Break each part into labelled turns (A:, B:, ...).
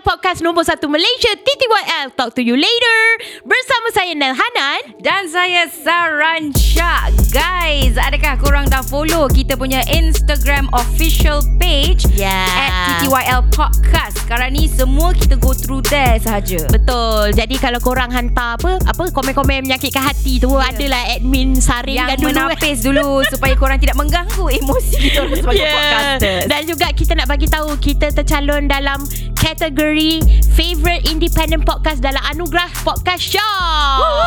A: podcast nombor 1 Malaysia TTYL Talk to you later Bersama saya Nel Hanan
B: Dan saya Sarancha Guys Adakah korang dah follow Kita punya Instagram official page
A: Yeah.
B: At TTYL Podcast Sekarang ni semua kita go through there sahaja
A: Betul Jadi kalau korang hantar apa apa Komen-komen menyakitkan hati tu yeah. Adalah admin saringkan
B: Ya.
A: dulu
B: Yang
A: eh.
B: menapis dulu Supaya korang tidak mengganggu emosi kita orang sebagai yeah. podcasters
A: Ya. Dan juga kita nak bagi tahu kita tercalon dalam kategori favorite independent podcast dalam anugerah podcast show. oh,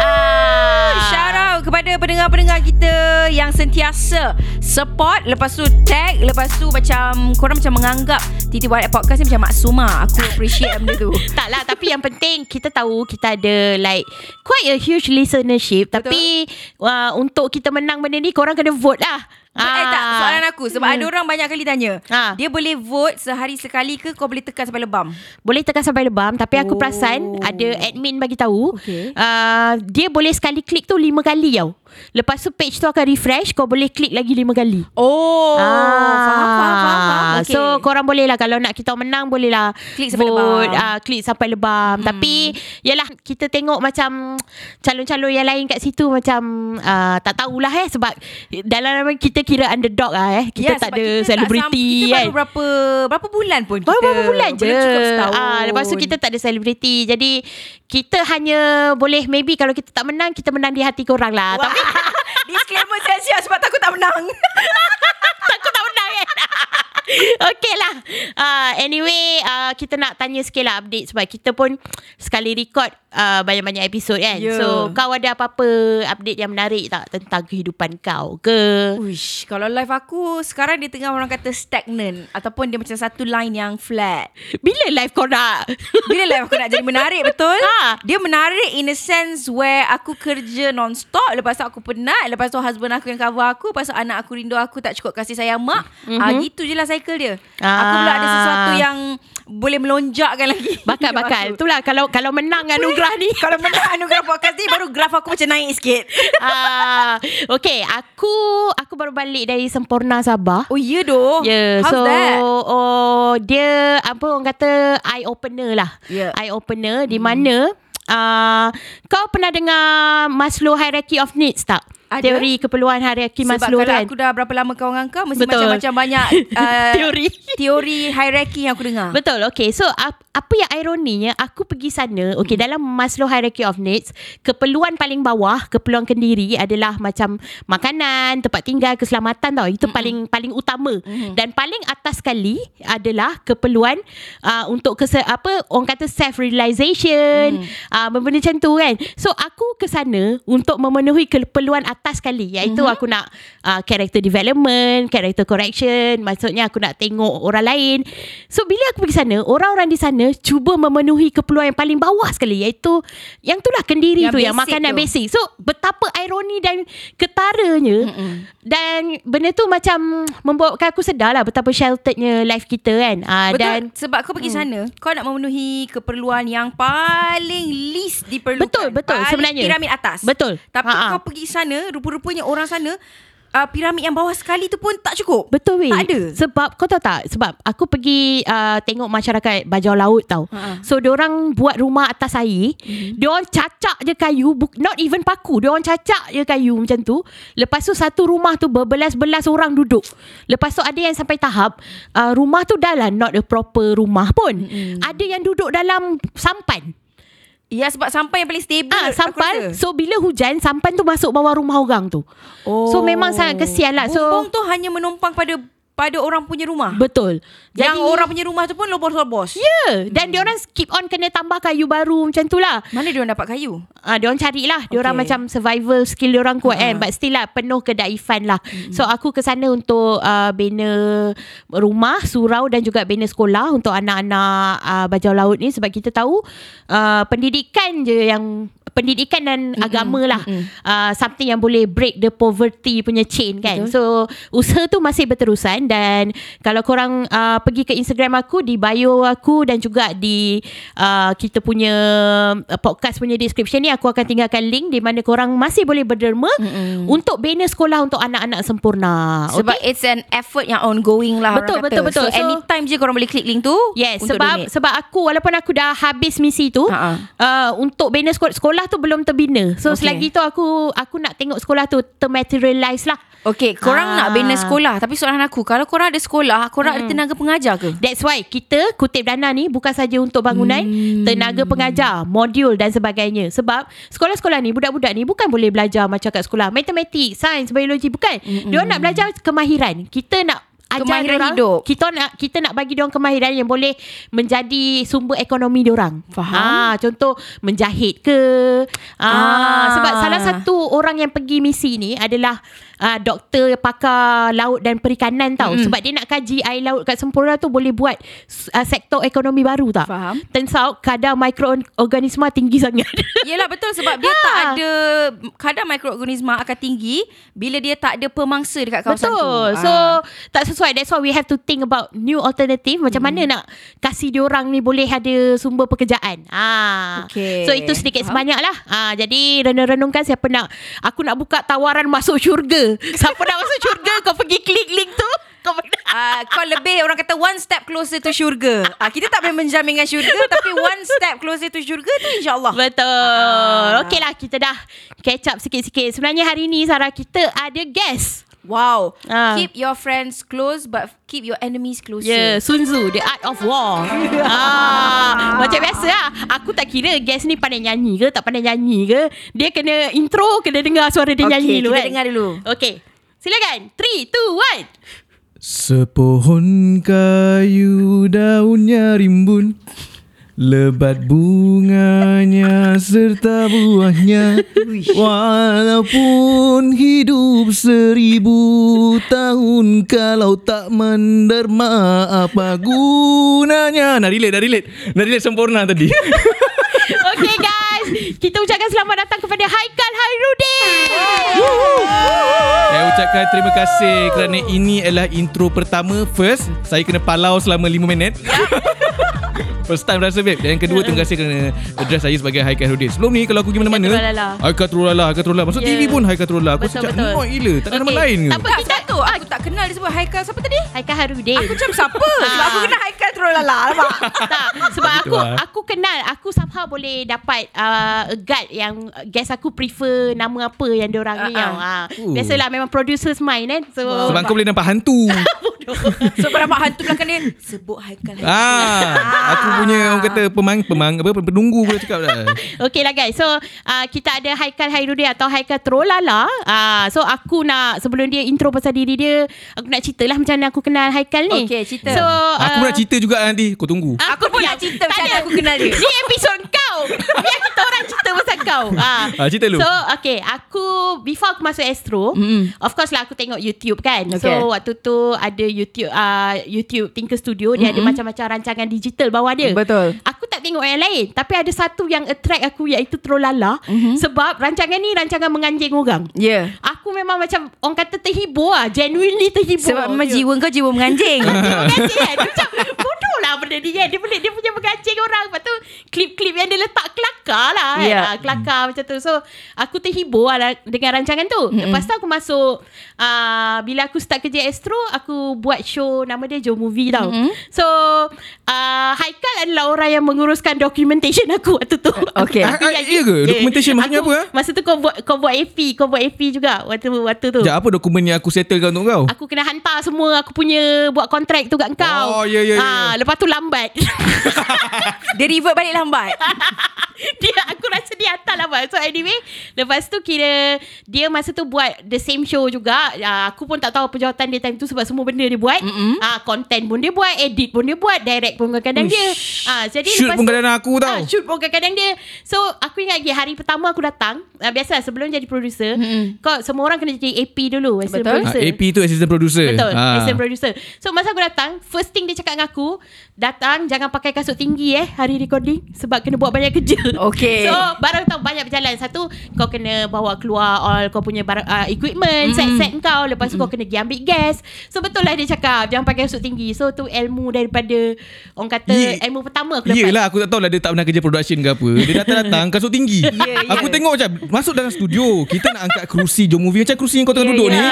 B: Ah. Shout out kepada pendengar-pendengar kita yang sentiasa support lepas tu tag lepas tu macam korang macam menganggap TTY podcast ni macam maksuma aku appreciate benda tu
A: Tak lah Tapi yang penting Kita tahu Kita ada like Quite a huge listenership Betul. Tapi uh, Untuk kita menang benda ni Korang kena vote lah
B: So, eh tak soalan aku sebab hmm. ada orang banyak kali tanya.
A: Ah.
B: Dia boleh vote sehari sekali ke kau boleh tekan sampai lebam?
A: Boleh tekan sampai lebam Tapi aku
B: Oh.
A: perasan Ada admin bagi tahu
B: Okey.
A: uh, Dia boleh sekali klik tu Lima kali tau Lepas tu page tu akan refresh Kau boleh klik lagi lima kali
B: Oh, faham faham faham. faham.
A: Okay. Ah, So korang boleh lah Kalau nak kita menang Boleh lah
B: Klik sampai lebam.
A: ah, Klik sampai lebam hmm. Tapi Yalah Kita tengok macam Calon-calon yang lain kat situ Macam uh, Tak tahulah eh Sebab Dalam nama kita kira underdog lah eh Kita
B: Ya,
A: tak ada
B: sebab kita tak sam-
A: Selebriti
B: Kita
A: kan
B: baru berapa berapa bulan pun kita.
A: Baru berapa bulan je
B: Belum cukup setahun.
A: Ah, Lepas tu kita tak ada selebriti Jadi Kita hanya Boleh maybe Kalau kita tak menang Kita menang di hati korang lah
B: Wah.
A: Tapi
B: Disclaimer sia-sia sebab takut tak menang.
A: Takut tak menang kan Okay lah uh, Anyway uh, Kita nak tanya sikit lah update Sebab kita pun Sekali record uh, Banyak-banyak episod kan
B: Ya.
A: yeah. So kau ada apa-apa Update yang menarik tak Tentang kehidupan kau ke
B: Uish, kalau live aku sekarang dia tengah orang kata stagnant ataupun dia macam satu line yang flat.
A: Bila live kau nak
B: Bila live aku nak jadi menarik betul
A: Ha.
B: Dia menarik in a sense Where aku kerja non-stop Lepas tu aku penat Lepas tu husband aku yang cover aku Lepas tu anak aku rindu aku Tak cukup kasih sayang mak mm-hmm.
A: Mhm.
B: ah, Gitu je lah cycle dia ah. Aku pula ada sesuatu yang Boleh melonjakkan lagi
A: Bakat-bakat
B: hidup aku.
A: Itulah kalau kalau menang anugerah ni
B: Kalau menang anugerah podcast ni Baru graf aku macam naik sikit
A: uh, Okay Aku Aku baru balik dari Sempurna Sabah
B: Oh ya doh
A: Yeah,
B: How's
A: so
B: that?
A: oh dia apa orang kata eye opener lah.
B: Yeah.
A: Eye opener
B: Hmm.
A: di mana uh, kau pernah dengar Maslow hierarchy of needs tak?
B: Ada.
A: Teori keperluan hierarki
B: Sebab
A: Maslow
B: kalau
A: kan.
B: aku eh, dah berapa lama kawan dengan kau Mesti
A: Betul.
B: macam-macam banyak uh,
A: Teori.
B: Teori hierarki yang aku dengar
A: Betul. Okay. So ap- apa yang ironinya aku pergi sana. Okay. Hmm. Dalam Maslow hierarchy of needs, keperluan paling bawah, keperluan kendiri adalah macam makanan, tempat tinggal, keselamatan tau. Itu paling paling utama. Hmm. Dan paling atas sekali adalah keperluan uh, untuk kese- apa orang kata self realization, hmm. uh, benda macam tu kan. So aku ke sana untuk memenuhi keperluan atas sekali iaitu hmm. aku nak uh, character development, character correction, maksudnya aku nak tengok orang lain. So bila aku pergi sana, orang-orang di sana cuba memenuhi keperluan yang paling bawah sekali iaitu yang itulah kendiri yang
B: Yang
A: tu yang
B: basic
A: makanan
B: tu.
A: basic. So betapa ironi dan ketaranya Mm-mm. dan benda tu macam membuatkan aku sedar lah betapa shelterednya life kita kan. Uh,
B: Betul
A: dan
B: Sebab kau pergi hmm. sana Kau nak memenuhi Keperluan yang Paling least diperlukan
A: Betul, betul,
B: paling
A: sebenarnya.
B: Piramid atas
A: Betul.
B: Tapi
A: Ha-ha.
B: Ha-ha. kau pergi sana Rupa-rupanya orang sana uh, Piramid yang bawah sekali tu pun Tak cukup
A: Betul weh
B: Tak ada
A: Sebab kau tahu tak Sebab aku pergi uh, Tengok masyarakat Bajau Laut tau
B: Ha-ha.
A: So diorang buat rumah atas air
B: Hmm.
A: mm-hmm. Diorang cacak je kayu bu- Not even paku Diorang cacak je kayu macam tu Lepas tu satu rumah tu Berbelas-belas orang duduk Lepas tu ada yang sampai tahap uh, Rumah tu dah lah Not a proper rumah pun
B: Hmm.
A: mm-hmm. Ada yang duduk dalam sampan
B: Ya sebab sampai yang paling stable
A: Ah,
B: aku
A: sampan.
B: rasa.
A: So bila hujan, sampan tu masuk bawah rumah orang tu.
B: oh.
A: So memang sangat kesian lah. So
B: Bumbung tu hanya menumpang pada Pada orang punya rumah
A: betul.
B: Yang orang punya rumah tu pun Lobos-lobos
A: Ya Dan hmm. diorang keep on Kena tambah kayu baru Macam tu lah
B: Mana dia orang dapat kayu
A: uh, Diorang carilah Diorang
B: Okay.
A: okay. macam survival skill Diorang kuat kan But still lah Penuh kedaifan lah So aku ke sana untuk uh, Bina rumah Surau dan juga bina sekolah Untuk anak-anak uh, Bajau Laut ni Sebab kita tahu uh, Pendidikan je yang Pendidikan dan mm agama lah uh, Something yang boleh break the poverty punya chain kan So usaha tu masih berterusan dan kalau korang uh, pergi ke Instagram aku di bio aku dan juga di uh, kita punya uh, podcast punya description ni aku akan tinggalkan link di mana korang masih boleh berderma mm-hmm. untuk bina sekolah untuk anak-anak sempurna.
B: Sebab okay? it's an effort yang ongoing
A: Ah,
B: lah
A: Betul,
B: orang
A: betul,
B: kata.
A: betul.
B: So,
A: So-
B: anytime je korang boleh klik link tu
A: Yes
B: untuk
A: sebab
B: donate. Ha,
A: sebab aku walaupun aku dah habis misi tu
B: Ha-ha.
A: uh, untuk bina sekolah sekolah tu belum terbina. So okay.
B: Okay.
A: selagi tu aku aku nak tengok sekolah tu termaterialize lah.
B: Okay, korang
A: Ah.
B: nak bina sekolah. Tapi soalan aku, kalau korang ada sekolah, korang ada tenaga pengajar ke?
A: That's why kita kutip dana ni bukan saja untuk bangunan, hmm. tenaga pengajar, modul dan sebagainya. Sebab sekolah-sekolah ni budak-budak ni bukan boleh belajar macam kat sekolah matematik, sains, biologi bukan. Hmm. Dia nak belajar kemahiran. Kita nak ajar
B: Kemahiran
A: diorang,
B: hidup.
A: Kita nak kita nak bagi dia kemahiran yang boleh menjadi sumber ekonomi dia orang.
B: Faham.
A: Ah, contoh menjahit ke. Ah,
B: Ah.
A: ah, sebab salah satu orang yang pergi misi ni adalah ah, doktor pakar laut dan perikanan tau. Mm. Sebab dia nak kaji air laut kat Sempurna tu boleh buat ah, sektor ekonomi baru tak.
B: Faham.
A: Turns out kadar mikroorganisma tinggi sangat.
B: Yelah betul sebab dia
A: Ha.
B: tak ada kadar mikroorganisma akan tinggi bila dia tak ada pemangsa dekat kawasan tu.
A: Betul. So
B: Ah.
A: tak sesuai. That's why we have to think about new alternative. Macam mana
B: Hmm.
A: nak kasih diorang ni boleh ada sumber pekerjaan. Ah.
B: Okay.
A: So itu sedikit
B: Faham.
A: sebanyak lah. Ah, jadi renung-renungkan siapa nak. Aku nak buka tawaran masuk syurga. Siapa nak masuk syurga kau pergi klik link tu. Kau benar.
B: Ah, kau lebih orang kata one step closer to syurga. Ah, kita tak boleh menjaminkan syurga tapi one step closer to syurga tu insyaallah.
A: Betul.
B: Ah.
A: Okey lah kita dah catch up sikit-sikit. Sebenarnya hari ni Sarah kita ada guest.
B: Wow.
A: Ah.
B: Keep your friends close but keep your enemies closer.
A: Ya, yeah, Sun Tzu, The Art of War. ah, macam biasa lah. Aku tak kira guest ni pandai nyanyi ke, tak pandai nyanyi ke. Dia kena intro, kena dengar suara dia
B: Okay,
A: nyanyi dulu
B: kita
A: kan.
B: dengar dulu.
A: Okay. Silakan. 3, 2, 1.
C: Sepohon kayu daunnya rimbun Lebat bunganya serta buahnya Walaupun hidup seribu tahun Kalau tak menderma apa gunanya Nak relate, nak relate Nak relate sempurna tadi
A: Okay guys, kita ucapkan selamat datang kepada Haikal Hairudin.
C: Saya ucapkan terima kasih kerana ini adalah intro pertama First, saya kena palau selama 5 minit First time rasa babe Dan yang kedua terima kasih kerana address saya sebagai Haikal Rudin Sebelum ni kalau aku pergi mana-mana
A: Haikatrulala.
C: Haikal Trulala Haikal Trulala Masuk
A: Ya.
C: TV pun Haikal Trulala Aku
A: Betul,
C: sejak
A: betul.
C: annoyed gila Tak ada nama
A: Okay,
C: lain ke
A: tak apa.
B: Tak, sebab tu aku tak kenal dia sebut Haikal siapa tadi?
A: Haikal Hairudin.
B: Aku macam siapa? Sebab aku kenal Haikal terus lala nampak.
A: tak sebab
C: Begitu
A: aku
C: lah.
A: aku kenal aku somehow boleh dapat uh, a guide yang guess aku prefer nama apa yang diorang ni
B: Ah,
A: yang uh. biasalah memang producers mind kan so
C: Sebab kau boleh nampak hantu
B: Sebab nampak hantu belakang dia sebut Haikal. Haikal.
C: ah, Aku punya orang kata Pemang, pemang apa, Penunggu boleh cakap dah
A: Okay lah guys So uh, kita ada Haikal Hairudin Atau Haikal Trolala uh, So aku nak Sebelum dia intro pasal diri dia Aku nak cerita lah Macam mana aku kenal Haikal ni
B: Okey, cerita.
A: So
C: Aku
A: uh,
C: nak cerita juga nanti Kau tunggu
A: Ah.
B: Aku pun nak cerita
A: Tak
B: macam mana
A: ada.
B: aku kenal dia.
A: Ni episod kau Biar kita orang cerita pasal kau ah.
C: Ah, cerita lu.
A: So okay Aku Before aku masuk Astro mm. Of course lah aku tengok YouTube kan
B: Okay.
A: So waktu tu Ada YouTube uh, YouTube Tinker Studio Dia ada macam-macam rancangan digital bawah dia
B: Betul.
A: Aku tak tengok yang lain Tapi ada satu yang attract aku Iaitu Trolala mm-hmm. Sebab rancangan ni Rancangan menganjing orang
B: Ya. Yeah.
A: Aku memang macam Orang kata terhibur lah Genuinely terhibur
B: Sebab memang
A: Yeah.
B: jiwa kau jiwa menganjing.
A: Dia mengancing kan Dia Macam bodoh lah benda ni kan Dia boleh dia punya mengancing orang Lepas tu klip-klip yang dia letak kelakar lah kan
B: Ya.
A: yeah. Kelakar macam tu So aku terhibur lah dengan rancangan tu mm-hmm. Lepas tu aku masuk uh, Bila aku start kerja Astro Aku buat show nama dia Joe Movie tau mm-hmm. So uh, Haikal adalah orang yang menguruskan documentation aku waktu tu
B: Okay.
A: Aku
C: Ah, ah, iya ke? Documentation maksudnya
A: Aku-
C: apa, eh?
A: Masa tu kau buat kau buat AP Kau buat AP juga waktu, waktu tu
C: Sekejap apa dokumen yang aku settlekan untuk kau
A: Aku kena hantar semua Aku punya Buat kontrak tu kat kau
C: Oh, ya, ya, ya,
A: Ah, Lepas tu lambat
B: Dia revert balik lambat.
A: dia, Aku rasa dia hantar lambat So anyway Lepas tu kira Dia masa tu buat The same show juga Ah, Aku pun tak tahu Penjawatan dia time tu Sebab semua benda dia buat Ah, Content pun dia buat Edit pun dia buat Direct pun kadang-kadang dia Ah, Jadi
C: Shoot
A: lepas
C: pun
A: tu-
C: kadang-kadang aku tau.
A: Ah, shoot pun kadang-kadang dia So aku ingat lagi Hari pertama aku datang ah, Biasalah sebelum jadi producer Kau semua orang kena jadi AP dulu Betul
B: Betul.
C: Ah, AP tu assistant producer
A: Betul
C: Ah.
A: Assistant producer So masa aku datang First thing dia cakap dengan aku Datang Jangan pakai kasut tinggi eh Hari recording Sebab kena buat banyak kerja
B: Okay.
A: So barang tau banyak berjalan Satu kau kena bawa keluar all kau punya barang, uh,
C: Mhm.
A: equipment set-set kau Lepas tu kau kena pergi ambil gas So betul lah dia cakap Jangan pakai kasut tinggi So tu ilmu daripada Orang kata
C: Ye-
A: ilmu pertama aku dapat
C: Yelah aku tak tahu lah Dia tak pernah kerja production ke apa Dia datang-datang Kasut tinggi
B: Ya, ya.
C: Aku tengok macam Masuk dalam studio Kita nak angkat kerusi Jom movie Macam kerusi yang kau tengah
B: Ya,
C: duduk
B: ya.
C: ni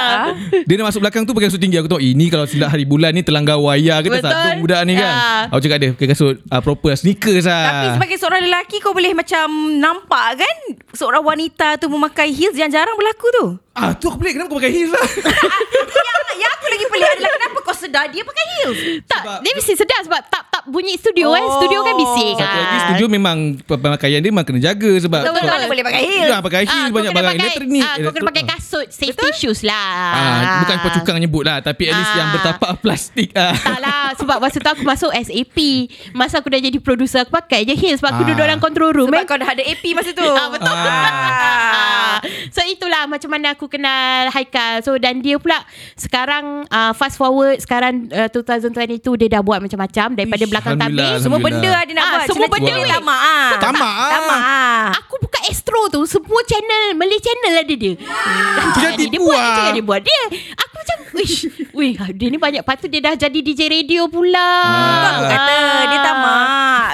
C: Dia nak masuk belakang tu Pakai kasut tinggi Aku tengok Ini kalau silap hari bulan ni Terlanggar wayar Kita tak
A: Betul.
C: tahu budak ni kan
A: Ya.
C: Aku cakap dia Pakai kasut ah, proper lah Sneakers lah
B: Tapi sebagai seorang lelaki Kau boleh macam Nampak kan Seorang wanita tu Memakai heels Yang jarang berlaku tu
C: Ah tu aku pelik Kenapa kau pakai heels lah
B: yang, Ah, yang aku lagi pelik adalah Kenapa kau sedar Dia pakai heels
A: Tak
C: Sebab-
A: Dia mesti sedap Sebab tap-tap bunyi studio kan Studio kan bising
C: Satu
A: kan
C: lagi studio memang Pemakaian dia memang kena jaga Sebab
A: Betul, betul.
B: Mana boleh pakai heels
C: Dah pakai heels
A: Ah, kau
C: Banyak
A: kena
C: barang
A: pakai-
C: elektronik
A: ah, Kau kena
C: elektro-
A: pakai kasut Safety shoes lah
C: Ah, bukan kau cukang nyebut lah Tapi at least
A: Ah.
C: yang bertapak plastik ah.
A: Tak lah Sebab masa tu aku masuk SAP Masa aku dah jadi producer Aku pakai je heels Sebab aku
C: Ah.
A: duduk dalam control room
B: Sebab
A: eh.
B: kau dah ada AP masa tu
A: Ah, betul. Ah.
B: Ah.
A: So itulah macam mana aku kenal Haikal. So dan dia pula sekarang uh, fast forward sekarang uh, 2022 dia dah buat macam-macam daripada
C: Ish,
A: belakang tabir.
C: Alhamdulillah.
B: Semua benda ada nak
A: Ah,
B: buat
A: semua
B: Cina-cina
A: benda weh.
B: Tamak ah.
C: Tamak, ah.
B: Tamak ah.
A: Aku buka Astro tu Semua channel Malay channel ada dia
C: Tu
A: Jangan
C: Hmm. jadi
A: dia buat
C: buat.
A: Jangan dia buat Dia Aku macam Wish Wih dia ni banyak Lepas tu dia dah jadi DJ radio pula
C: Ah.
B: Kau kata Dia tamak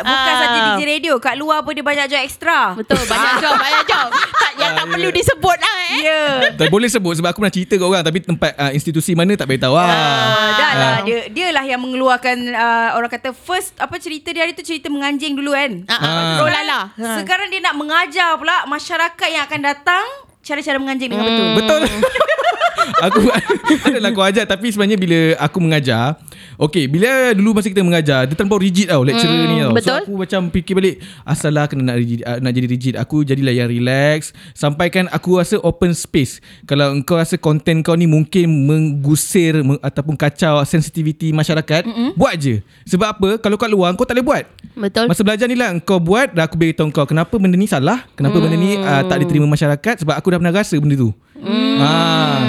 B: Bukan
A: Ah.
B: saja DJ radio Kat luar pun dia banyak job ekstra
A: Betul banyak job Banyak job tak, Yang tak
C: Ah,
A: perlu
C: ya.
A: disebut lah eh
B: Ya
C: Tak boleh sebut sebab aku pernah cerita kat orang tapi tempat uh, institusi mana tak boleh tahu.
B: Ah,
C: Ah.
B: dah lah dia dia lah yang mengeluarkan ah, orang kata first apa cerita dia hari tu cerita menganjing dulu kan.
A: Ah, ah,
C: Ah.
A: Roll lala
B: Ha. Sekarang dia nak mengajar pula masyarakat yang akan datang cara-cara menganjing dengan betul.
C: Betul. aku adalah aku ajar tapi sebenarnya bila aku mengajar, okey, bila dulu masa kita mengajar, dia terlalu rigid tau lecturer
A: Hmm,
C: ni tau.
A: betul.
C: So aku macam fikir balik, asalah kena nak rigid, ah, nak jadi rigid. Aku jadilah yang relax, sampaikan aku rasa open space. Kalau engkau rasa konten kau ni mungkin menggusir meng, ataupun kacau sensitivity masyarakat, mm buat je. Sebab apa? Kalau kat luar kau tak boleh buat.
A: Betul
C: Masa belajar ni lah Kau buat Dah aku beritahu kau Kenapa benda ni salah Kenapa benda ni
A: Hmm.
C: uh, Tak diterima masyarakat Sebab aku dah pernah rasa benda tu hmm.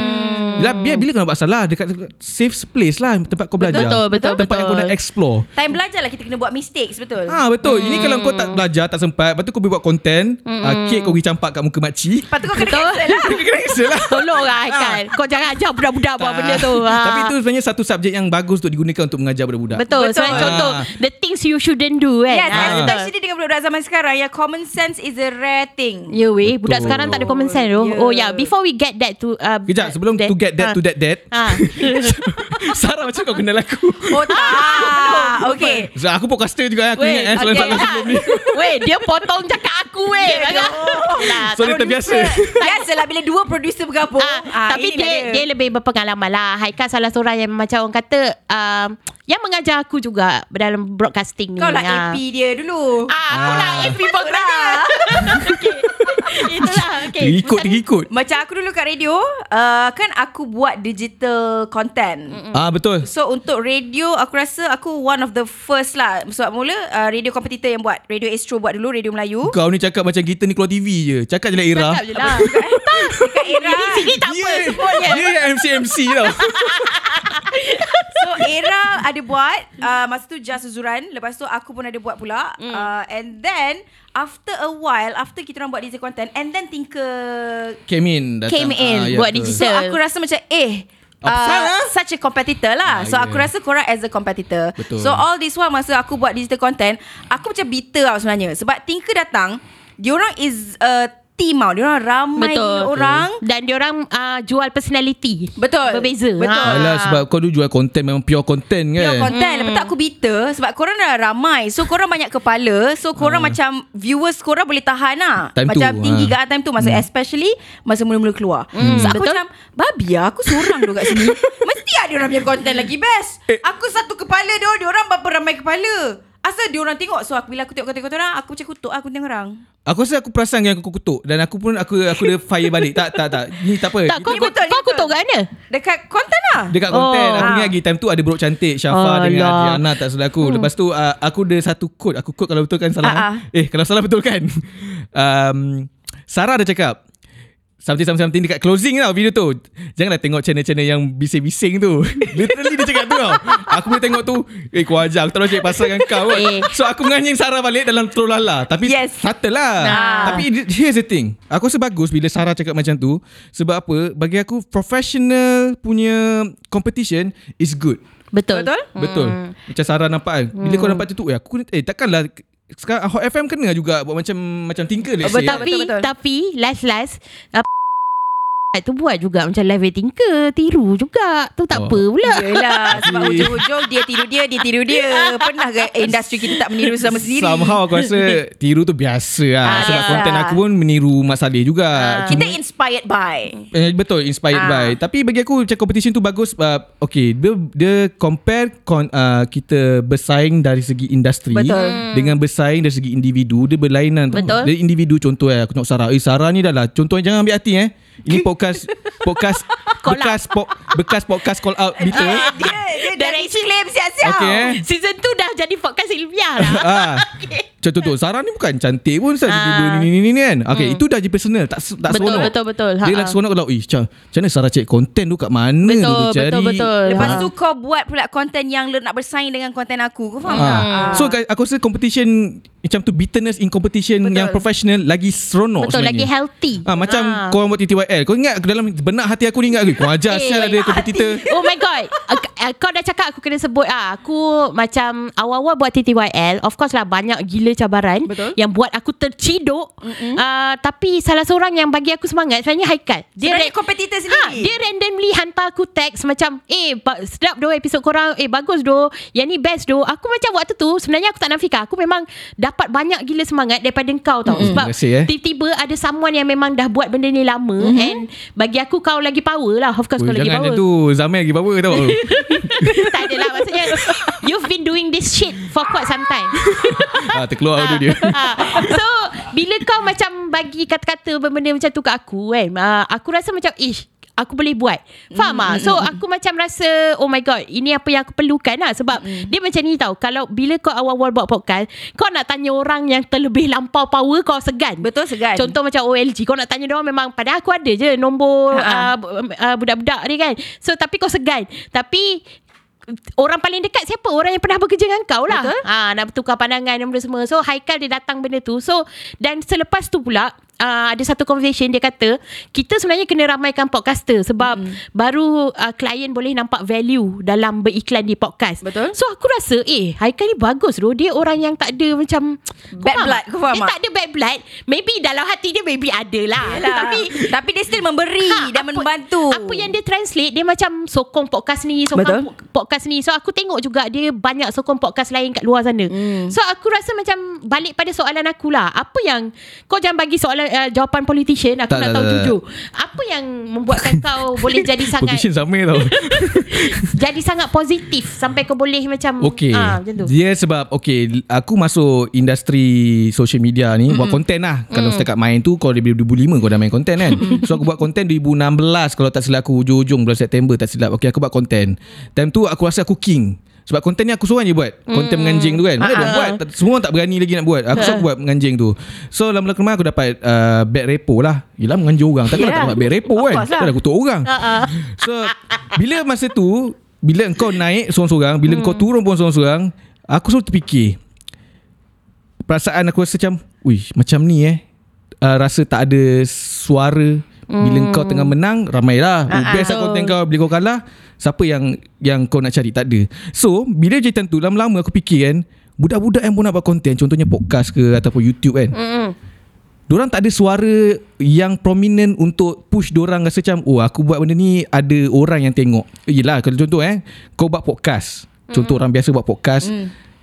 C: Bila, bila, bila kau nak buat salah Dekat safe place lah Tempat kau belajar
A: Betul, betul,
C: Tempat yang kau
A: betul.
C: nak explore
B: Time belajar lah kita kena buat mistakes betul. Ha.
C: Ah betul. Ini kalau kau
A: Hmm.
C: tak belajar tak sempat, lepas tu kau boleh buat konten, ah, kek kau pergi campak kat muka makcik.
B: Lepas tu kau kena cancel lah.
C: Kau kena cancel lah.
A: Tolong lah Haikal Kau jangan ajar budak-budak Buat benda tu Ah.
C: Tapi itu sebenarnya satu subjek yang bagus untuk digunakan untuk mengajar budak-budak.
A: Betul,
B: Betul.
A: Betul. Sebagai contoh
C: Ah.
A: The things you shouldn't do kan
B: Yes,
A: Ah, betul.
B: especially dengan budak-budak zaman sekarang yang common sense is a rare thing.
A: Ya weh
C: Betul.
A: Budak sekarang tak ada common sense tu
B: Ya.
A: Oh ya yeah. Before we get that to uh,
C: Kejap sebelum to get that to that that.
A: Ah.
C: Sarah macam kau kenal aku.
B: Oh tak. okay.
C: So, aku podcaster juga aku
A: Weh, lah.
C: ingat eh soalan
B: okay.
C: soalan sebelum ni.
A: Weh ah. dia potong cakap aku weh yeah,
C: So dia terbiasa.
B: Biasalah bila dua producer bergabung.
A: Ah, tapi
B: ini
A: dia, dia lebih berpengalaman lah Haikal salah seorang yang macam orang kata um, Yang mengajar aku juga Dalam broadcasting ni
B: Kau lah
A: ah.
B: AP dia dulu.
A: Ah, aku lah
C: Ah.
A: AP pengajar Itulah okay.
C: Terikut terikut.
B: Macam aku dulu kat radio uh, Kan aku buat digital
A: Mm.
B: content
C: Ah betul.
B: So untuk radio Aku rasa aku one of the first lah Sebab mula uh, radio kompetitor yang buat Radio Astro buat dulu Radio Melayu
C: Kau ni cakap macam kita ni keluar TV je. Cakap je lah Ira.
A: Cakap je lah
B: Dekat era
A: Sini tak apa Sebut je
C: Dia yang MC-MC tau.
B: So era ada buat uh, Masa tu Just Zuran Lepas tu aku pun ada buat pula uh, And then After a while After kita orang buat digital content And then Tinker
C: Came in. Datang.
A: Came in,
C: ya,
A: buat
C: betul.
A: digital.
B: So aku rasa macam eh
C: Apa
B: Uh,
C: salah?
B: such a competitor lah
C: Ah,
B: So
C: yeah.
B: aku rasa korang as a competitor
C: Betul.
B: So all this while Masa aku buat digital content Aku macam bitter tau sebenarnya Sebab Tinker datang Diorang is a team tau Diorang ramai
A: Betul.
B: orang
A: Dan diorang uh, jual personality
B: Betul.
A: Berbeza
B: Betul.
A: Ha.
C: Alah sebab kau dulu jual konten memang pure konten kan.
B: Pure content Lepas tu aku bitter Sebab korang dah ramai So korang banyak kepala So korang macam Viewers korang boleh tahan
C: Ah.
B: lah
C: Time
B: Macam
C: tu, ah.
B: tinggi
C: Hmm.
B: kat time tu Masa especially Masa mula-mula keluar So aku
A: Betul.
B: macam Babi lah aku seorang dulu kat sini Mesti ada orang punya content lagi best Aku satu kepala dia Diorang berapa ramai kepala Asal diorang tengok So aku, bila aku tengok kata-kata orang Aku macam kutuk lah, aku tengok orang
C: Aku rasa aku perasan yang aku kutuk dan aku pun aku aku ada fire balik. tak tak tak. Ni tak apa.
A: Tak kau,
B: Ni
A: kau,
B: betul, ni
A: kau
B: betul.
A: kutuk kat mana
B: Dekat content lah
C: Dekat konten
A: Oh.
C: Aku
B: Ah.
C: ingat lagi Time tu ada Bro Cantik Syafa
A: Alah. Hmm.
C: dengan Adriana Tak salah aku Lepas tu uh, Aku ada satu quote Aku quote kalau betul kan salah
B: Ah, ah.
C: Eh kalau salah betul kan um, Sarah ada cakap Something something something Dekat closing tau video tu Janganlah tengok channel-channel Yang bising-bising tu Literally dia cakap cakap tu tau Aku boleh tengok tu Eh kau ajar Aku tak tahu cik pasal dengan kau kan.
A: Eh.
C: So aku menganjing Sarah balik Dalam troll lala Tapi
B: Yes.
C: subtle lah
A: Nah.
C: Tapi here's the thing Aku rasa bagus Bila Sarah cakap macam tu Sebab apa Bagi aku Professional punya Competition Is good
A: Betul.
B: Betul?
C: Betul
B: Hmm.
C: Macam Sarah nampak kan Bila kau nampak macam tu eh, aku, eh takkanlah Sekarang Hot FM kena juga Buat macam Macam tinker let's
B: Oh,
C: say
A: Tapi
B: betul.
A: tapi last-last uh, tu buat juga macam live rating ke tiru juga tu
C: Oh.
A: tak apa pula
B: Yelah Sebab hujung-hujung Dia tiru dia Dia tiru dia Pernah ke industri kita tak meniru sama sendiri
C: Somehow aku rasa Tiru tu biasa lah
B: Ah,
C: Sebab
B: biasa. Ah.
C: konten aku pun Meniru Mat Saleh juga Cuma-
B: Kita inspired by
C: Eh, betul inspired
B: Ah.
C: by tapi bagi aku macam competition tu bagus uh, okay dia dia compare con, uh, kita bersaing dari segi industri
B: Betul.
C: dengan bersaing dari segi individu dia berlainan tau.
A: Betul.
C: dia individu contoh eh aku tengok Sarah eh Sarah ni dah lah contohnya jangan ambil hati eh ini podcast podcast bekas po, bekas podcast call out betul
B: Ah, Dia Dia dah
A: Direction.
B: exclaim siap-siap
C: okay eh
A: season tu dah jadi podcast Ilmiah lah
C: ah. Contoh tu Sarah ni bukan cantik pun Sarah tiba-tiba ni, ni ni ni kan Okay itu dah jadi personal Tak se- tak
A: Ah. Hmm. Betul,
C: seronok
A: betul, betul.
C: Dia
A: Ha,
C: lagi
A: ha.
C: seronok kalau Ih macam macam mana Sarah cek konten tu kat mana
A: Betul,
C: dulu
A: betul,
C: cari
A: betul.
B: Lepas
A: Ah.
B: tu kau buat pula Konten yang lu nak bersaing Dengan konten aku Kau faham
C: Ha.
A: hmm.
B: tak? Ah.
C: So guys, aku rasa competition Macam tu bitterness in competition
B: Betul.
C: Yang professional Lagi
B: Oh,
C: seronok
A: betul lagi
C: sebenarnya
A: healthy
C: Ah, macam
A: Ah.
C: korang buat TTYL Kau ingat ke dalam benak hati aku ni ingat ke Kau ajar
A: Eh,
C: eh, sial ada
A: benak
C: kompetitor
A: Oh my god uh, uh, Kau dah cakap Aku kena sebut ah. Aku macam Awal-awal buat TTYL Of course lah Banyak gila cabaran
B: Betul.
A: Yang buat aku terciduk uh, Tapi salah seorang Yang bagi aku semangat Sebenarnya Haikal Dia
B: Sebenarnya
A: ra-
B: kompetitor
A: Ha,
B: sendiri
A: dia randomly hantar aku teks macam Eh ba- sedap doh episod korang Eh bagus doh Yang ni best doh Aku macam waktu tu Sebenarnya aku tak nafikan Aku memang dapat banyak gila semangat Daripada kau tau
C: Mm-mm.
A: Sebab
C: Terima kasih, eh.
A: tiba-tiba ada someone yang memang dah buat benda ni lama mm-hmm. And bagi aku kau lagi power lah Of course
C: Oh,
A: kau lagi
C: jangan
A: power
C: macam tu Zamir lagi power tau
A: Tak adalah maksudnya You've been doing this shit for quite some time
C: ha, Terkeluar audio dia
A: Ah. so bila kau macam bagi kata-kata benda macam tu kat aku kan uh, aku rasa macam ish aku boleh buat faham
C: Mm,
A: ah so aku macam rasa oh my god ini apa yang aku perlukan lah sebab
C: Mm.
A: dia macam ni tau kalau bila kau awal-awal buat podcast kau nak tanya orang yang terlebih lampau power kau segan
B: Betul segan
A: Contoh macam OLG Kau nak tanya dia orang memang Padahal aku ada je Nombor uh,
B: Ha-ha.
A: uh, budak-budak ni kan So tapi kau segan Tapi Orang paling dekat siapa Orang yang pernah bekerja dengan kau lah
B: Betul.
A: ha, Nak bertukar pandangan dan benda semua So Haikal dia datang benda tu So Dan selepas tu pula Uh, ada satu conversation dia kata kita sebenarnya kena ramaikan podcaster sebab mm. baru uh, klien boleh nampak value dalam beriklan di podcast.
B: Betul.
A: So aku rasa eh Haikal ni bagus doh dia orang yang tak ada macam Kau
B: Bad
A: faham
B: blood,
A: tak?
B: kau faham
A: Dia
B: tak?
A: tak ada bad blood Maybe dalam hati dia Maybe ada lah
B: Yelah.
A: Tapi
B: Tapi dia still memberi
A: Ha,
B: Dan membantu
A: Apa yang dia translate Dia macam sokong podcast ni Sokong
B: Betul.
A: po- podcast ni So aku tengok juga Dia banyak sokong podcast lain Kat luar sana hmm. So aku rasa macam Balik pada soalan aku lah Apa yang Kau jangan bagi soalan uh, Jawapan politician Aku
C: Tak,
A: nak
C: tak,
A: tahu
C: tak.
A: jujur Apa yang Membuatkan kau Boleh jadi sangat
C: Competition Zamir tau
A: Jadi sangat positif Sampai kau boleh macam
C: Okay
A: ah, Macam tu
C: Dia sebab Okay Aku masuk Industri social media ni Buat konten lah Kalau setakat main tu Kau dari 2005 Kau dah main konten kan So aku buat konten 2016 Kalau tak silap aku Hujung-hujung bulan September Tak silap Okay aku buat konten Time tu aku rasa aku king sebab konten ni aku seorang je buat Konten menganjing tu kan Mana ada orang buat Tak- Semua orang tak berani lagi nak buat Aku selalu buat menganjing tu So lama-lama kemarin aku dapat uh, Bad repo lah Yelah menganjing orang Takkan yeah.
B: Yeah.
C: tak dapat bad repo kan
B: Of course lah.
C: Takkan aku kutuk orang So Bila masa tu Bila kau naik seorang-seorang Bila kau turun pun seorang-seorang Aku selalu terfikir Perasaan aku rasa macam Uish macam ni eh uh, Rasa tak ada suara Bila kau tengah menang Ramai lah uh, Best lah konten kau Bila kau kalah Siapa yang Yang kau nak cari Tak ada So Bila cerita tu Lama-lama aku fikir kan Budak-budak yang pun nak buat konten Contohnya podcast ke Ataupun YouTube kan
A: Mm-mm.
C: Diorang tak ada suara yang prominent untuk push diorang rasa macam oh aku buat benda ni ada orang yang tengok. Yelah kalau contoh eh kau buat podcast. Contoh orang biasa buat podcast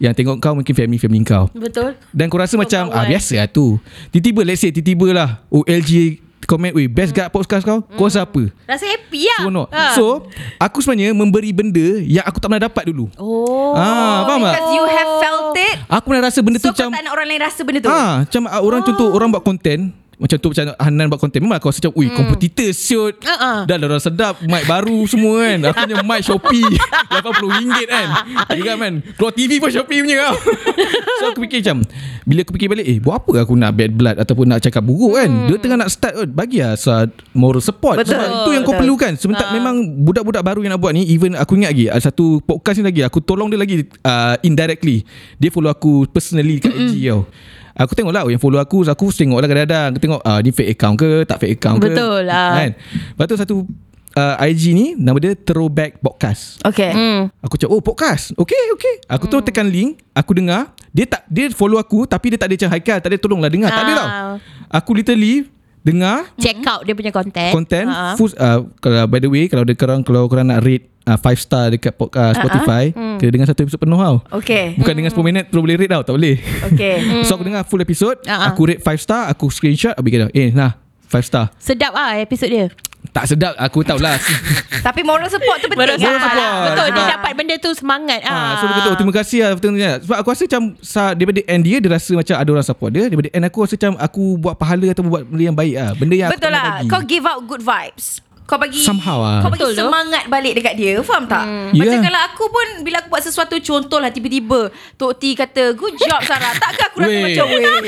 C: yang tengok kau mungkin family-family kau.
A: Betul
C: Dan kau rasa macam ah
A: Pembawa, eh.
C: biasa lah tu. Tiba-tiba let's say tiba-tiba lah OLG komen weh best gak podcast kau kau rasa apa?
A: Rasa happy lah
C: Seronok.
A: Ah.
C: So aku sebenarnya memberi benda yang aku tak pernah dapat dulu.
A: Oh
C: Ah faham tak?
B: Because you have felt it
C: Aku pernah rasa benda
B: So
C: tu
B: kau
C: macam Ha,
B: tak nak orang lain rasa benda tu Oh.
C: Ah, macam ah, orang contoh orang buat konten Macam tu macam Hanan buat konten Memang aku rasa macam Ui
B: Hmm.
C: kompetitor siut
A: Ah, ah.
C: Dah dah sedap Mic baru semua kan Aku punya mic Shopee RM80 kan Juga kan Keluar TV pun Shopee punya tau So aku fikir macam Bila aku fikir balik Eh buat apa aku nak bad blood Ataupun nak cakap buruk kan Dia tengah nak start kot Bagi lah sa- moral support
B: Hmm. Betul,
C: Sebab itu yang kau
B: betul.
C: perlukan Sebentar memang Budak-budak baru yang nak buat ni Even aku ingat lagi ada Satu podcast ni lagi Aku tolong dia lagi uh, Indirectly Dia follow aku Personally kat IG tau Aku tengok lah Yang follow aku Aku tengok lah kadang-kadang Aku tengok uh, Ni fake account ke Tak fake account ke
B: Betul lah.
C: kan? Lepas tu satu uh, IG ni Nama dia Throwback Podcast
B: Okay.
A: Hmm.
C: Aku cakap oh podcast Okay okay Aku tu tekan link Aku dengar Dia tak dia follow aku Tapi dia tak ada macam Haikal Tak ada tolonglah dengar Tak ada
A: Ah.
C: tau Aku literally Dengar
A: Check
B: Mm-hmm.
A: out dia punya content.
C: Content
A: Ah.
B: uh-huh.
C: food, uh, kalau, By the way Kalau ada korang Kalau korang nak rate 5 star dekat pod- uh, Spotify Kena dengar satu episod penuh tau
B: Uh-huh. Hmm. Okay. Hmm.
C: Bukan dengar 10 minit Terus boleh rate tau Tak boleh
B: Okay.
C: So aku dengar full episode
B: Uh-huh.
A: Ah, ah.
C: Aku rate 5 star Aku screenshot Aku fikir Eh nah 5 star
A: Sedap ah episod dia.
C: Tak sedap Aku lah. tahulah
B: Tapi moral support tu penting.
A: Betul,
B: kan?
C: support.
A: betul dia
B: Sebab-
A: dapat benda tu semangat ah.
C: Ah, so dia kata oh, terima kasih lah tentunya. Sebab aku rasa macam sa, daripada end dia dia rasa macam ada orang support dia. Daripada end aku rasa macam aku buat pahala atau buat benda yang baik lah. Benda yang
B: Betul
C: aku tak nak
B: lah.
C: bagi.
B: Kau give out good vibes. Kau bagi
C: Somehow lah. Ya.
B: Kau bagi
A: Betul tu.
B: semangat balik dekat dia Faham tak hmm. Macam
C: Yeah.
B: kalau aku pun Bila aku buat sesuatu Contohlah tiba-tiba Tok T kata Good job Sarah Takkan aku rasa
C: Weh.
B: macam Weh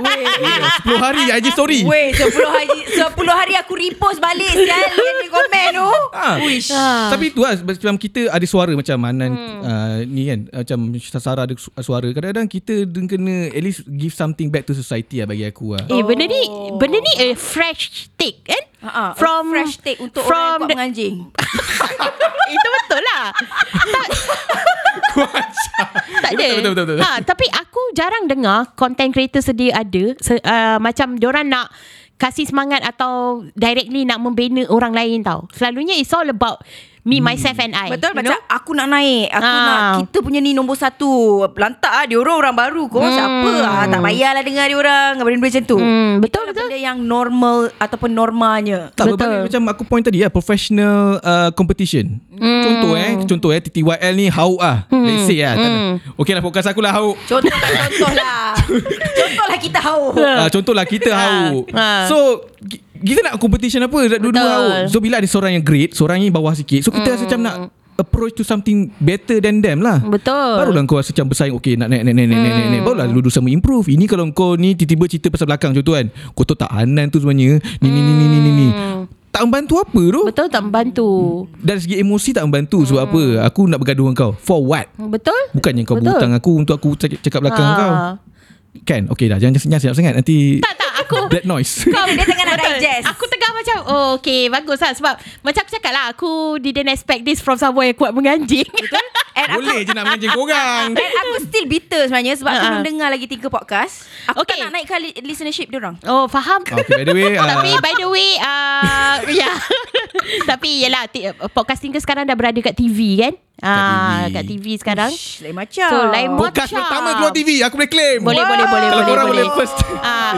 B: Weh
C: 10 hari IG story.
B: Weh 10 hari 10 hari aku repost balik Sial Yang dia komen tu
C: Ah.
B: Uish
A: Ah.
C: Tapi tu lah sebab- Macam kita ada suara Macam Manan hmm. uh, Ni kan Macam Sarah ada su- suara Kadang-kadang kita deng- Kena at least Give something back to society lah Bagi aku lah
A: Eh benda ni benda ni a fresh take kan?
B: Ha-ha, Oh. Ah, a Ha, fresh take untuk orang yang kuat menganjing.
A: Itu betul lah Tak Tak ada
C: Betul, betul, betul, betul.
A: Ha, Tapi aku jarang dengar Content creator sedia ada se, uh, Macam diorang nak Kasih semangat Atau Directly nak membina orang lain tau Selalunya it's all about Me,
C: Hmm.
A: myself and I
B: Betul
A: you
B: macam
A: know?
B: aku nak naik Aku
A: Ah.
B: nak Kita punya ni nombor satu Lantak ah Dia orang orang baru Kau hmm. siapa ah, Tak payahlah dengar dia orang Benda-benda macam tu
A: hmm, Betul
B: Itulah
A: betul
B: Benda yang normal Ataupun normanya
C: Tak
A: Betul.
C: berbanding macam aku point tadi lah Professional uh, competition
A: Hmm.
C: mm. Contoh eh Contoh eh TTYL ni hauk ah mm. Let's say lah
A: Hmm.
C: mm. Okay lah podcast aku lah hauk
B: Contoh lah Contoh lah Contoh lah kita hauk
C: uh, Contohlah kita hauk
A: ha.
C: So ki- Kita nak competition apa Dua-dua
A: Betul. Hmm.
C: hauk So bila ada seorang yang great Seorang yang bawah sikit So kita rasa macam nak Approach to something Better than them lah
A: Betul Hmm.
C: Barulah kau rasa macam bersaing Okay nak naik naik naik naik naik, naik, naik. Barulah dulu sama improve Ini kalau kau ni Tiba-tiba cerita pasal belakang Contoh kan Kau tahu tak Hanan tu sebenarnya Ni ni ni ni ni ni, ni. Tak membantu apa tu
A: Hmm. Betul Hmm. tak membantu
C: Dari segi emosi tak membantu Sebab apa Aku nak bergaduh dengan kau For what
A: Betul
C: Hmm. Bukannya kau
A: Betul.
C: berhutang aku Untuk aku cakap, cakap belakang
A: Ah.
C: kau Kan Okay dah Jangan jangan senyap-senyap Nanti
A: Tak tak aku
C: That noise
B: Kau dia tengah nak digest
A: Aku tengah macam Oh okay bagus lah Sebab macam aku cakap lah Aku didn't expect this From someone yang kuat menganjing
B: And aku
C: Boleh je nak mengancing korang
B: And aku still bitter sebenarnya Sebab aku
A: Ha-ha.
B: belum dengar lagi Tiga podcast Aku
A: Ah. Okay.
B: tak nak naikkan li- listenership dia orang
A: Oh faham
C: Okay by the way uh,
A: Tapi by the way uh, yeah. Tapi yelah t- Podcasting ke sekarang Dah berada kat TV kan Ah,
C: TV.
A: Kat TV sekarang
B: Shh, Lain macam
A: So, lain mo-
C: Podcast
A: Macam.
C: pertama keluar TV Aku boleh claim
A: Boleh boleh boleh
C: Kalau
A: boleh,
C: korang
A: boleh.
C: boleh first
A: Ah,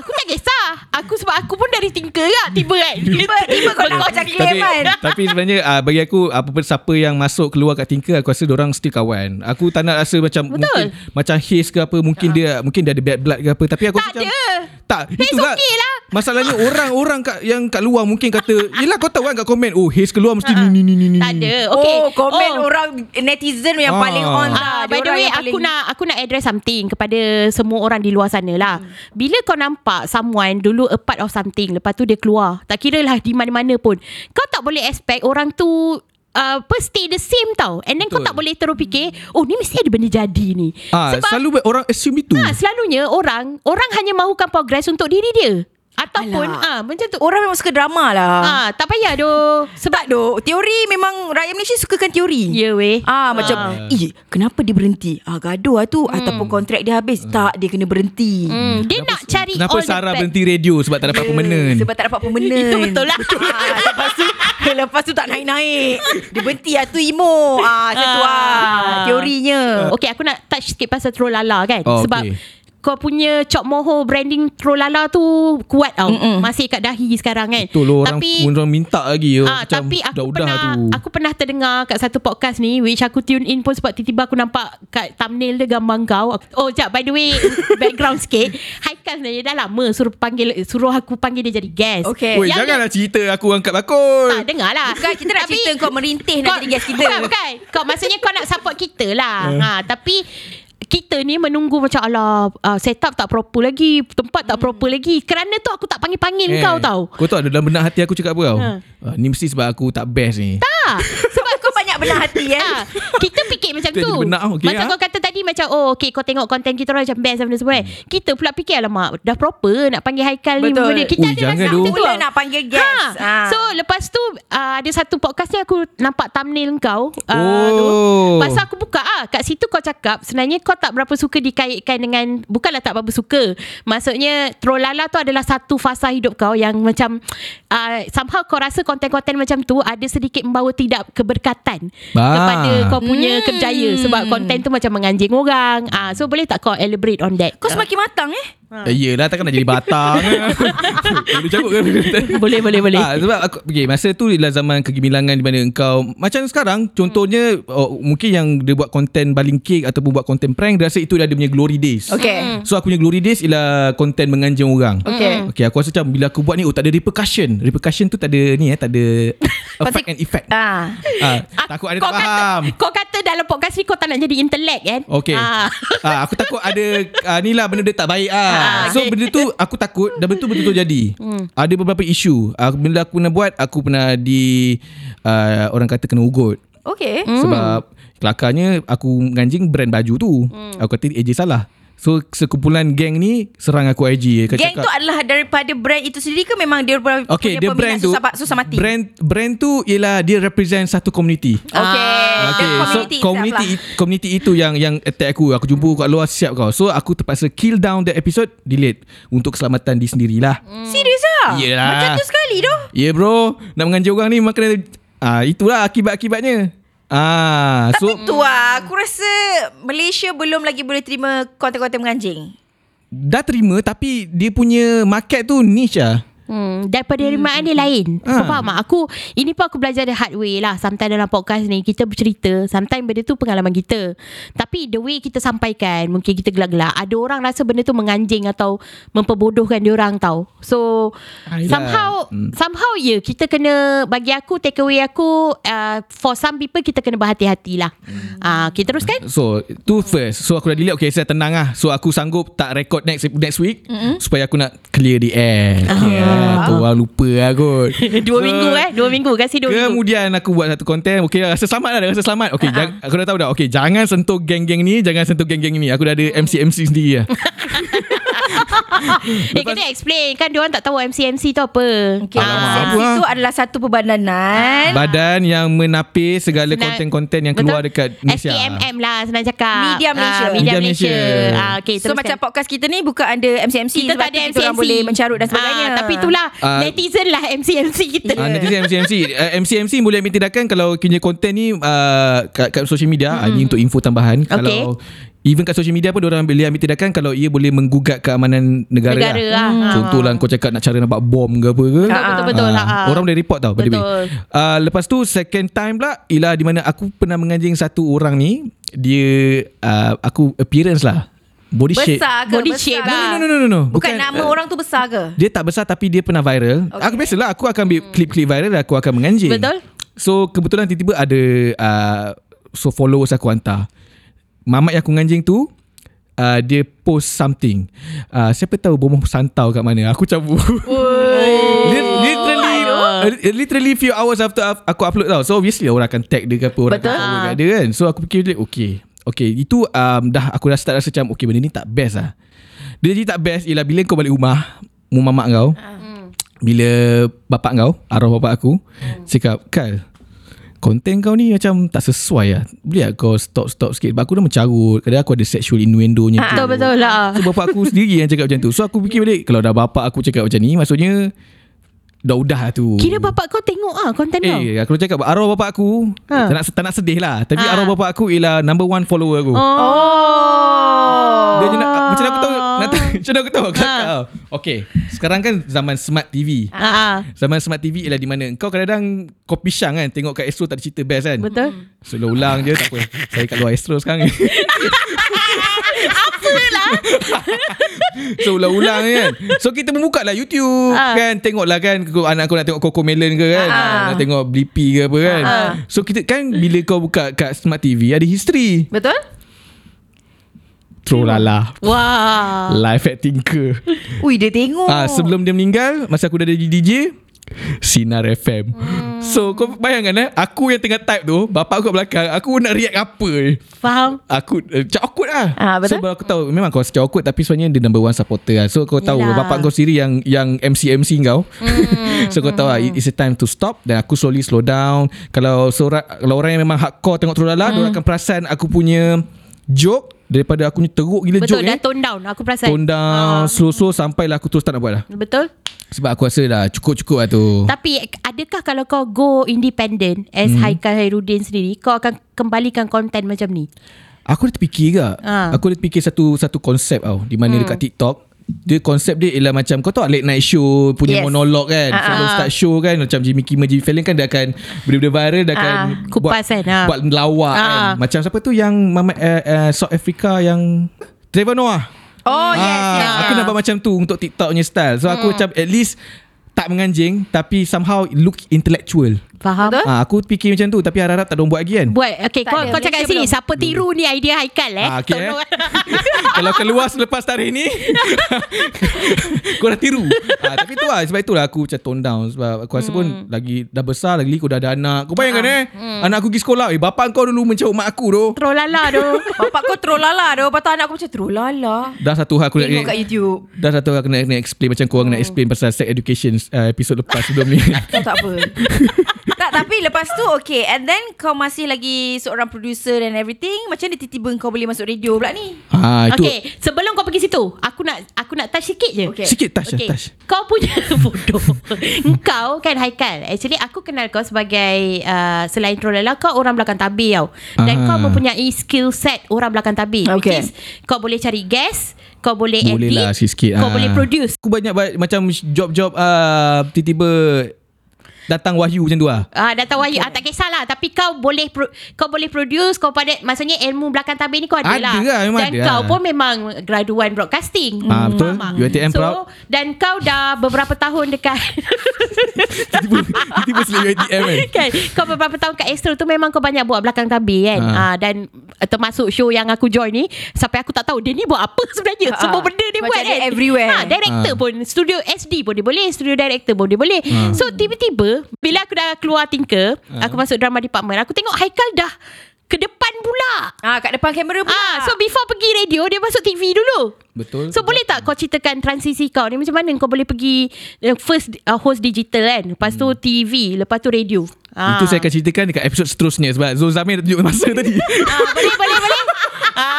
A: Aku tak kisah Aku sebab aku pun dari tinker lah Tiba kan
B: Tiba-tiba kau nak macam claim
C: tapi,
B: kan
C: tapi sebenarnya uh, bagi aku apa pun siapa yang masuk keluar kat Tinker aku rasa orang still kawan. Aku tak nak rasa macam
A: Betul. Ah.
C: mungkin macam Haze ke apa mungkin dia mungkin dia ada bad blood ke apa tapi aku
A: Tak
C: rasa macam
A: ada.
C: tak
A: Haze
C: itulah.
A: okay lah.
C: Masalahnya orang-orang kat yang kat luar mungkin kata yelah kau tahu kan kat komen oh Haze keluar mesti
A: Ah.
C: ni ni ni ni ni.
A: Tak
C: ni."
A: ada okay.
B: Okay. Oh komen oh. orang Netizen yang
C: Ah.
B: paling on lah
A: Ah, by
B: Dia
A: the
B: orang
A: way
B: yang
A: aku
B: paling-
A: nak aku nak address something kepada semua orang di luar sana lah.
C: Hmm.
A: Bila kau nampak someone dulu a part of something lepas tu dia keluar, tak kira lah di mana-mana pun. Kau tak boleh expect orang tu Uh, apa stay the same tau And then kau
C: Betul.
A: tak boleh terus fikir Oh ni mesti ada benda jadi ni
C: Ah,
A: Sebab
C: selalu orang assume itu.
A: ha, Selalunya orang Orang hanya mahukan progress Untuk diri dia Ataupun ah
B: Alah.
A: Macam tu
B: Orang memang suka drama lah
A: ah, Tak payah doh Sebab
B: Tak doh Teori memang Rakyat Malaysia sukakan teori
A: Ya weh
B: Ah macam Ih kenapa dia berhenti Ah gaduh lah tu Ataupun kontrak dia habis Tak dia kena berhenti
A: hmm, Dia nak cari
C: Kenapa
A: all the
C: Sarah
A: bad-
C: berhenti radio sebab tak dapat pemenang?
B: Sebab tak dapat pemenang
A: Itu betul lah.
B: ah, Lepas tu Lepas tu tak naik-naik Dia berhenti lah tu emo ah, Macam tu lah
A: Ah.
B: Teorinya
A: Okay aku nak touch sikit pasal Trolala kan
C: Uh. Oh,
A: oh, Sebab
C: okey.
A: kau punya Chop Moho branding Trolala tu kuat tau Mm-mm. Masih kat dahi sekarang kan
C: Betul lah, orang
A: Tapi
C: orang minta lagi oh,
A: Ah, tapi aku
C: udah-udah
A: pernah aku pernah terdengar kat satu podcast ni which aku tune in pun sebab tiba-tiba aku nampak kat thumbnail dia gambar kau. Aku- Oh, jap by the way background sikit. Haikal cakap sebenarnya dah lama suruh panggil suruh aku panggil dia jadi guest.
B: Okay.
C: Woi,
A: ya, Yang
C: janganlah cerita aku angkat bakul.
A: Tak dengar lah
B: Bukan kita nak
A: Tapi
B: cerita kau merintih nak jadi guest kita.
A: Bukan bukan Kau maksudnya kau nak support kita lah
C: Eh.
A: ha, Tapi kita ni menunggu macam Allah uh, set up tak proper lagi tempat tak
B: Hmm.
A: proper lagi kerana tu aku tak panggil-panggil eh. kau tau
C: Kau tahu ada dalam benak hati aku cakap apa tau?
A: Ha.
C: Ah, ni mesti sebab aku tak best ni.
A: tak
B: Sebab kau banyak benar hati eh.
A: ha, kita fikir macam
C: Kita
A: tu
C: jadi benak, okey,
A: macam
C: ah.
A: kau kata tadi macam oh okay kau tengok konten kita orang macam best dan benda semua kan
C: Hmm.
A: kita pula fikir alamak dah proper nak panggil Haikal ni
B: Betul.
A: benda. kita
C: Ui,
A: ada
C: jangan
A: rasa
C: tu.
B: Kita
A: macam
B: Mula
A: tau.
B: nak panggil guest.
A: Ha. So lepas tu uh, ada satu podcast ni aku nampak thumbnail kau uh, tu.
C: Oh.
A: Pasal aku buka ah kat situ kau cakap sebenarnya kau tak berapa suka dikaitkan dengan bukanlah tak berapa suka. Maksudnya Trolala tu adalah satu fasa hidup kau yang macam uh, somehow kau rasa konten-konten macam tu ada sedikit membawa tidak keberkatan
C: Bah.
A: kepada kau punya
B: Hmm.
A: kerjaya sebab konten tu macam menganjing orang. Ah uh, so boleh tak kau elaborate on that?
B: Kau semakin matang eh.
C: Ha. Yelah takkan nak jadi batang Boleh cabut ke
A: boleh boleh boleh.
C: Ah, sebab aku okay, masa tu adalah zaman kegemilangan di mana engkau macam sekarang contohnya hmm. oh, mungkin yang dia buat konten baling cake ataupun buat konten prank dia rasa itu dah dia punya glory days.
A: Hmm.
B: Okay.
C: So aku punya glory days ialah konten menganjing orang.
B: Okay.
C: Okay, aku rasa macam bila aku buat ni oh tak ada repercussion. Repercussion tu tak ada ni eh, tak ada effect and effect.
B: Ah.
C: Ah, takut ada tak faham.
A: Kata, kau kata dalam podcast ni kau tak nak jadi intelek kan?
C: Okay ah.
A: Ah.
C: ah, Aku takut ada ah, Ni lah benda dia tak baik ah.
A: Ah,
C: So benda tu Aku takut Dan benda tu betul-betul jadi hmm. Ada beberapa isu ah, Bila aku nak buat Aku pernah di ah, Orang kata kena ugut
B: Okay.
C: hmm. Sebab Kelakarnya Aku nganjing brand baju tu hmm. Aku kata AJ salah So sekumpulan geng ni Serang aku IG Kau
B: Gang tu adalah daripada brand itu sendiri ke memang dia punya
C: Okay dia
B: peminat
C: brand tu
B: susah, susah mati?
C: Brand brand tu Ialah dia represent Satu community
B: Okay.
C: Okay,
B: Ah, Dan
C: so
B: itself
C: community
B: lah.
C: community itu yang yang attack aku. Aku jumpa kat luar siap kau. So aku terpaksa kill down that episode, delete untuk keselamatan di sendirilah.
B: Serius lah?
C: Yelah.
B: Macam tu sekali tu.
C: Ya yeah, bro, nak menganjur orang ni memang kena ah itulah akibat-akibatnya. Ah, so
B: Tapi tu lah Aku rasa Malaysia belum lagi boleh terima Konten-konten menganjing
C: dah terima tapi dia punya market tu niche ah.
A: Hmm, daripada rimaan dia lain. Ha.
C: Ah.
A: Kau faham tak? Aku ini pun aku belajar the hard way lah. Sometimes dalam podcast ni kita bercerita, sometimes benda tu pengalaman kita. Tapi the way kita sampaikan, mungkin kita gelak-gelak, ada orang rasa benda tu menganjing atau memperbodohkan dia orang tau. So
C: Ah, yelah.
A: somehow
C: Hmm.
A: somehow ya yeah, kita kena bagi aku take away aku uh, for some people kita kena berhati-hati lah.
C: Hmm.
A: Ah, okay, teruskan.
C: So tu first So aku dah delete Okay saya tenang lah So aku sanggup tak record next next week mm-hmm. Supaya aku nak clear the air yeah, Tu lah lupa lah kot So,
A: Dua minggu eh, dua minggu kasi dua minggu.
C: Kemudian aku buat satu konten Okay rasa selamat lah Rasa selamat Okay uh-huh. jang, aku dah tahu dah Okay jangan sentuh geng-geng ni Jangan sentuh geng-geng ni Aku dah ada MC-MC sendiri lah
A: Eh kena explain Kan diorang tak tahu MCMC tu apa
B: Okay
C: Alamak,
B: Alamak,
C: apa lah.
B: Itu adalah satu perbadanan
C: Badan yang menapis Segala
A: Senang-
C: konten-konten Yang keluar dekat Malaysia
A: STMM lah Senang cakap
B: Media Malaysia.
A: Ah, Media
C: Media
A: Malaysia,
C: Malaysia.
A: Ah, okay,
B: So
A: teruskan.
B: macam podcast kita ni Bukan ada MCMC
A: kita
B: sebab
A: tak
B: tu
A: ada
B: kita orang
A: MCMC
B: boleh mencarut dan sebagainya
A: Ah, Tapi itulah
C: Ah.
A: Netizen lah MCMC kita
C: Ah, netizen MC-MC uh, MC-MC boleh ambil tindakan Kalau punya konten ni uh, kat, kat social media mm. Ini untuk info tambahan okay. Kalau Even kat social media pun Diorang boleh ambil tindakan Kalau ia boleh menggugat keamanan negara,
A: Negara lah.
C: lah.
A: Hmm.
C: Contohlah kau cakap Nak cara nak buat bom ke apa ke
A: Betul, betul, betul.
C: Ah,
A: Ah.
C: Orang boleh report tau by the way.
A: Betul.
C: Ah, Lepas tu second time pula Ialah di mana aku pernah menganjing Satu orang ni Dia uh, Aku appearance lah Body shape
B: Besar ke
A: Body
B: Besar
A: shape
B: ke?
A: lah.
C: No, no, no, no, no.
B: Bukan,
C: Bukan, eh.
B: nama orang tu besar ke
C: dia tak besar tapi dia pernah viral. Okay. Aku biasalah aku akan ambil klip-klip viral dan aku akan menganjing.
A: Betul.
C: So kebetulan tiba-tiba ada uh, so followers aku hantar. Mamat yang aku menganjing tu uh, dia post something. Uh, siapa tahu bom santau kat mana. Aku cabut. Lit- literally uh, literally few hours after af- aku upload tau. So obviously orang akan tag dia ke apa orang
B: Betul.
C: akan follow kat dia kan. So aku fikir balik okay. Okay itu um, dah aku dah start rasa macam okay benda ni tak best lah. Dia jadi tak best ialah bila kau balik rumah, rumah mak kau. Bila bapak kau, arwah bapak aku
A: Hmm.
C: cakap, "Kal, konten kau ni macam tak sesuai lah. Boleh tak kau stop-stop sikit? Sebab aku dah mencarut. Kadang aku ada sexual innuendonya. tu."
A: Betul betul lah
C: So bapak aku sendiri yang cakap macam tu So aku fikir balik Kalau dah bapak aku cakap macam ni Maksudnya Dah udah lah tu
A: Kira bapak kau tengok ah Konten kau
C: Eh aku cakap Arwah bapak aku ha.
A: Ha.
C: tak, nak, tak nak sedih lah Tapi ha.
A: Ha.
C: arwah bapak aku Ialah number one follower aku oh.
A: Oh
C: Dia je nak, Macam mana aku tahu nak, tahu- Macam mana aku tahu Aku cakap tau. Okay Sekarang kan zaman smart TV
A: Ah, ah.
C: Zaman smart TV ialah di mana Kau kadang-kadang Kopi pisang
B: Hmm.
C: kan Tengok kat Astro tak ada cerita best kan
A: Betul
C: Selalu ulang je tak apa Saya kat luar Astro sekarang ni
B: lah?
C: So ulang-ulang kan So kita membuka lah YouTube
A: Ah.
C: Kan Tengok lah kan kau- Anak aku nak tengok Coco Melon ke kan
B: Ah.
C: Nak tengok Blippi ke apa kan
B: Ah.
C: So kita kan Bila kau buka kat Smart TV Ada history
B: Betul?
C: Throw lala
B: Ah.
A: Wah.
C: Live at Tinker
B: Ui dia tengok
A: Oh.
C: Ah sebelum dia meninggal masa aku dah jadi DJ Sinar FM.
A: Hmm.
C: So kau bayangkan eh aku yang tengah type tu, bapak aku kat belakang, aku nak react apa? eh.
A: Faham?
C: Aku eh, macam awkward lah
B: Ah,
C: So
B: betul.
C: baru aku tahu Memang kau secara awkward Tapi sebenarnya Dia number one supporter lah So kau tahu
A: Yelah. Hmm.
C: Bapak kau sendiri Yang yang MC-MC kau So kau tahu lah it- It's a time to stop Dan aku slowly slow down Kalau seorang Kalau orang yang memang hardcore Tengok
A: Hmm.
C: Trolala mm. Diorang akan perasan Aku punya Joke Daripada aku punya teruk gila
A: Betul
C: joke
A: dah Ah.
C: ni
A: tone down Aku perasan
C: eh? Tone down Slow-slow Sampailah aku terus tak nak buat lah
A: Betul
C: sebab aku rasa dah cukup-cukup lah tu.
A: Tapi adakah kalau kau go independent
C: Hmm.
A: As Haikal Hairudin sendiri Kau akan kembalikan konten macam ni
C: Aku dah terfikir ke?
B: Ha.
A: Ah.
C: Aku dah terfikir satu satu konsep tau. Di mana hmm. dekat TikTok. Dia konsep dia ialah macam kau tahu late night show punya
B: Yes.
C: yes. monolog kan.
B: Ah,
C: Uh-huh. Sebelum
A: ah.
C: start show kan macam Jimmy Kimmel, Jimmy Fallon kan dia akan benda-benda viral
B: Ha,
C: dia akan
A: Ah, kupas
C: buat,
A: kan, ah.
C: buat lawak
A: Ah.
C: kan. Macam siapa tu yang Mama, uh, uh, South Africa yang Trevor Noah.
B: Oh yes, Hmm.
C: Ah,
B: yes,
C: Aku
B: yes.
C: nak buat macam tu untuk TikTok punya style. So aku macam at least tak menganjing tapi somehow look intellectual.
A: Faham
B: Betul.
A: Betul?
C: Ah, aku fikir macam tu tapi harap-harap tak ada orang buat lagi kan.
A: Buat Okay
B: Tak
A: kau,
B: ada,
A: kau cakap
B: Malaysia
A: sini
B: belum.
A: Siapa tiru ni idea Haikal eh
C: Ah, okay, eh.
A: Tolong.
C: Kalau keluar selepas tarikh ni Korang tiru ha, Tapi tu lah Sebab itulah aku macam tone down Sebab aku rasa pun Lagi dah besar Lagi kau dah ada anak Kau bayangkan eh Anak aku pergi sekolah Eh bapak kau dulu mencauk mak aku tu
A: Troll lala tu
B: Bapak kau trolala dah Lepas tu anak aku macam trolala
C: Dah satu hal aku nak
B: Tengok kat YouTube
C: Dah satu hal aku nak, nak explain Macam korang nak explain Pasal sex education uh, Episod lepas sebelum ni
B: Kau tak apa Tak tapi lepas tu Okay And then kau masih lagi Seorang producer and everything Macam mana tiba-tiba kau boleh masuk radio pula ni
C: ha, Itu
A: Okay Sebelum kau pergi situ Aku nak Aku nak touch sikit je
B: Okay.
C: Sikit lah, touch okay. touch
A: Kau punya bodoh. Engkau kan Haikal. Actually aku kenal kau sebagai uh, selain trolala kau orang belakang tabir tau. Dan
C: Ah.
A: kau mempunyai skill set orang belakang tabir which
B: Okay.
A: is kau boleh cari guest, kau boleh
C: Boleh
A: edit,
C: lah sikit-sikit
A: kau
C: ah.
A: boleh produce.
C: Aku banyak ba- macam job-job uh, Tiba-tiba Datang wahyu macam tu lah
A: Ah datang wahyu ah, tak kisahlah tapi kau boleh pro, kau boleh produce kau pada maksudnya ilmu belakang tabir ni kau
C: Ada
A: ada,
C: lah, memang
A: dan
C: ada
A: kau
C: lah.
A: pun memang graduan broadcasting
C: Ah, betul.
A: Faham tak?
C: UiTM
A: so,
C: proud.
A: dan kau dah beberapa tahun dekat
C: Tiba-tiba Tiba-tiba selip UITM kan
A: kan kau beberapa tahun kat Astro tu memang kau banyak buat belakang kabir kan ha.
C: Ha.
A: uh, dan uh, termasuk show yang aku join ni sampai aku tak tahu dia ni buat apa sebenarnya
B: Ha.
A: semua benda dia
B: Macam
A: buat
B: dia
A: kan
B: everywhere.
A: ha, director
C: Ha.
A: pun studio SD pun dia boleh studio director pun dia boleh
B: Ha.
A: so tiba-tiba bila aku dah keluar tinker aku masuk drama department aku tengok Haikal dah ke depan pula
B: Ah, kat depan kamera pula
A: Ah, so before pergi radio dia masuk TV dulu.
C: Betul.
A: So boleh tak kau ceritakan transisi kau ni macam mana kau boleh pergi uh, first uh, host digital kan, lepas tu TV, lepas tu radio. Ah.
C: Hmm. Itu saya akan ceritakan dekat episod seterusnya sebab Zul Zamir dah tunjuk masa tadi.
A: Ah, boleh boleh boleh. ya,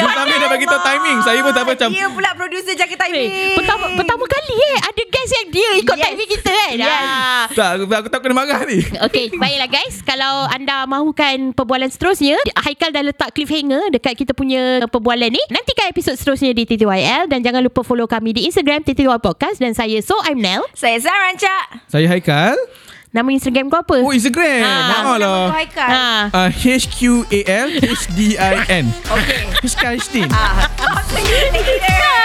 C: Zul Zamir dah bagi tahu timing. Saya pun tak apa macam
B: Dia Ya pula producer jaga
A: Weh,
B: timing
A: Eh, pertama pertama kali eh ada guys yang dia ikut yes.
B: Yes.
A: timing kita kan.
B: Yes.
A: Ah.
C: tak aku, aku tak kena marah ni.
A: Okay, baiklah guys. Kalau anda mahukan perbualan seterusnya, Haikal dah letak cliffhanger dekat kita punya perbualan ni. Nantikan episod seterusnya di TTYL dan jangan lupa follow kami di Instagram TTY Podcast dan saya So I'm Nell.
B: Saya Zara Rancak
C: Saya Haikal.
A: Nama Instagram kau apa?
C: Oh Instagram.
A: Ah.
C: Ah, Nama lah.
B: Nama kau Haikal
A: Ha.
C: Uh, H-Q-A-L H-D-I-N
B: Okay
C: H-K-H-D
B: Ah, Apa you think there?